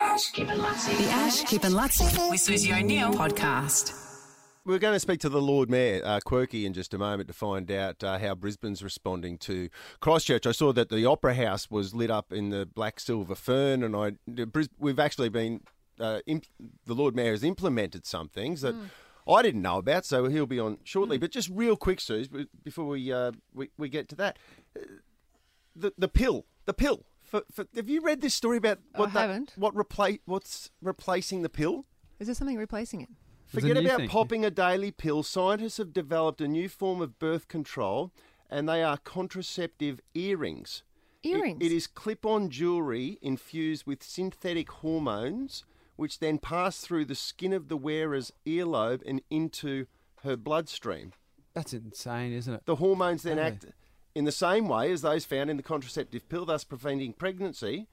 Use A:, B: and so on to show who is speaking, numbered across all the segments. A: Ash Kip and Lutzi.
B: The Ash, Kip and Lutz with Susie O'Neill podcast.
C: We're going to speak to the Lord Mayor, uh, Quirky, in just a moment to find out uh, how Brisbane's responding to Christchurch. I saw that the Opera House was lit up in the black silver fern, and I the Bris- we've actually been uh, imp- the Lord Mayor has implemented some things that I didn't know about, so he'll be on shortly. But just real quick, Suze, b- before we uh, we, we get to that, uh, the the pill, the pill. For, for, have you read this story about what that-
D: haven't.
C: what replace what's replacing the pill?
D: Is there something replacing it?
E: There's a
C: Forget
E: new
C: about
E: thing.
C: popping a daily pill. Scientists have developed a new form of birth control, and they are contraceptive earrings. It-
D: Earrings.
C: it is clip on jewelry infused with synthetic hormones, which then pass through the skin of the wearer's earlobe and into her bloodstream.
E: That's insane, isn't it?
C: The hormones then
E: Okay.
C: act in the same way as those found in the contraceptive pill, thus preventing pregnancy.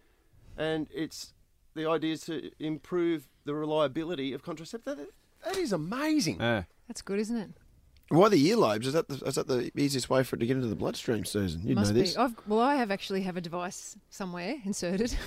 C: And it's the idea is to improve the reliability of contraceptive. That- that is amazing.
E: Yeah.
D: That's good, isn't it?
F: Why the earlobes? Is that the, is that the easiest way for it to get into the bloodstream, Susan? You know
D: Must
F: this.
D: be. Oh, I've, well, I have actually have a device somewhere inserted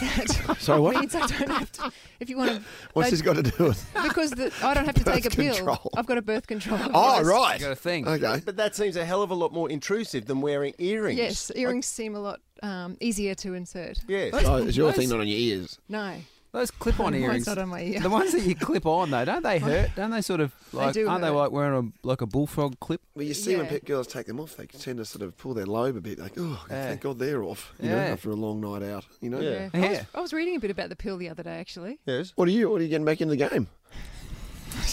D: that
F: Sorry, what?
D: means I don't have to. If you want to,
F: What's this got to do with?
D: Because the, I don't have to
F: Birth
D: take a pill.
F: control.
D: I've got a birth control.
F: Oh,
D: device.
F: right.
E: Got a thing.
F: Okay.
C: But that seems a hell of a lot more intrusive than wearing earrings.
D: Yes, earrings seem a lot um, easier to insert.
C: Yes.
F: Oh, is your thing not on your ears?
D: No,
E: Those clip-on
D: Mine's
E: earrings.
D: not on my ear.
E: The ones that you clip on though, don't they hurt? Don't they sort of like?
D: do
E: aren't
D: hurt.
E: they like wearing a like a bullfrog clip?
F: Well, you see when
D: Yeah.
F: pet girls take them off, they tend to sort of pull their lobe a bit. Like, oh,
E: Yeah.
F: thank God they're off. You know,
E: Yeah.
F: after a long night out. You know.
C: Yeah.
D: I, was,
E: Yeah.
D: I was reading a bit about the pill the other day, actually.
C: Yes.
F: What are you? What are you getting back into the game?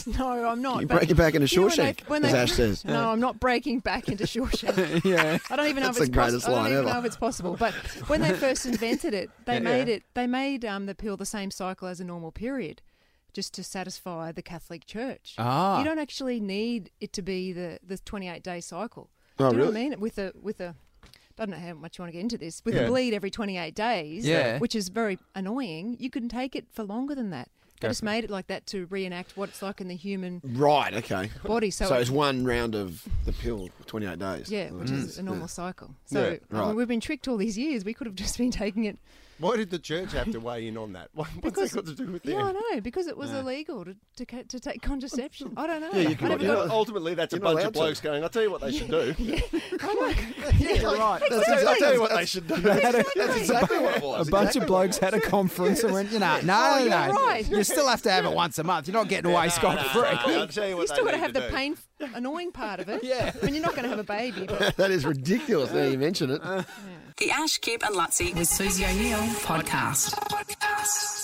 D: No, I'm not.
F: You
D: but-
F: break it back into
D: You know, when they-
F: Shawshank,
D: when
F: as
D: they-
F: Ash says.
D: No, I'm not breaking back into Shawshank.
E: yeah.
D: I don't even know
F: That's
D: if it's
F: the greatest
D: possible. I
F: line
D: don't even
F: ever.
D: know if it's possible. But when they first invented it, they
E: Yeah.
D: made it. They made um, the pill the same cycle as a normal period, just to satisfy the Catholic Church.
E: Ah.
D: You don't actually need it to be the the 28 day cycle.
F: Oh,
D: Do you know what
F: really?
D: I mean? With a with a I don't know how much you want to get into this. With
C: Yeah.
D: a bleed every 28 days,
E: Yeah.
D: which is very annoying, you couldn't take it for longer than that. They
E: Go
D: just
E: for it.
D: made it like that to reenact what it's like in the human
F: Right. Okay.
D: body. So,
F: So,
D: it-
F: it's one round of the pill, twenty-eight days.
D: yeah, which is a normal cycle. So
C: Yeah,
D: I mean,
F: Mm. right.
D: we've been tricked all these years. We could have just been taking it.
C: Why did the church have to weigh in on that? What, what's
D: Because-
C: that got to do with
D: Yeah, I
C: them?
D: know because it was illegal to, to ca- to take contraception. I don't know.
F: you
D: I
F: can-
D: never
F: yeah.
D: got-
F: know.
C: Ultimately, that's a
F: You're not
C: bunch of
F: allowed to.
C: blokes going, I'll tell you what they should do.
F: Yeah, right. That's
C: I'll,
F: exactly,
C: tell, I'll tell you what they should do.
F: that's exactly what it
E: A
F: was.
E: bunch of blokes had a conference and went, you know, no, no,
D: Oh, you're
E: no.
D: right.
E: You still have to have it once a month. You're not getting away scot free.
C: I'll tell you what
D: You still
C: they
D: got to
C: need
D: have the
C: do.
D: pain, annoying part of it. yeah, I mean, you're not going to have a baby. But
F: that is ridiculous. Now you mention it.
B: The Ash, Kip and Lutz with Susie O'Neill podcast.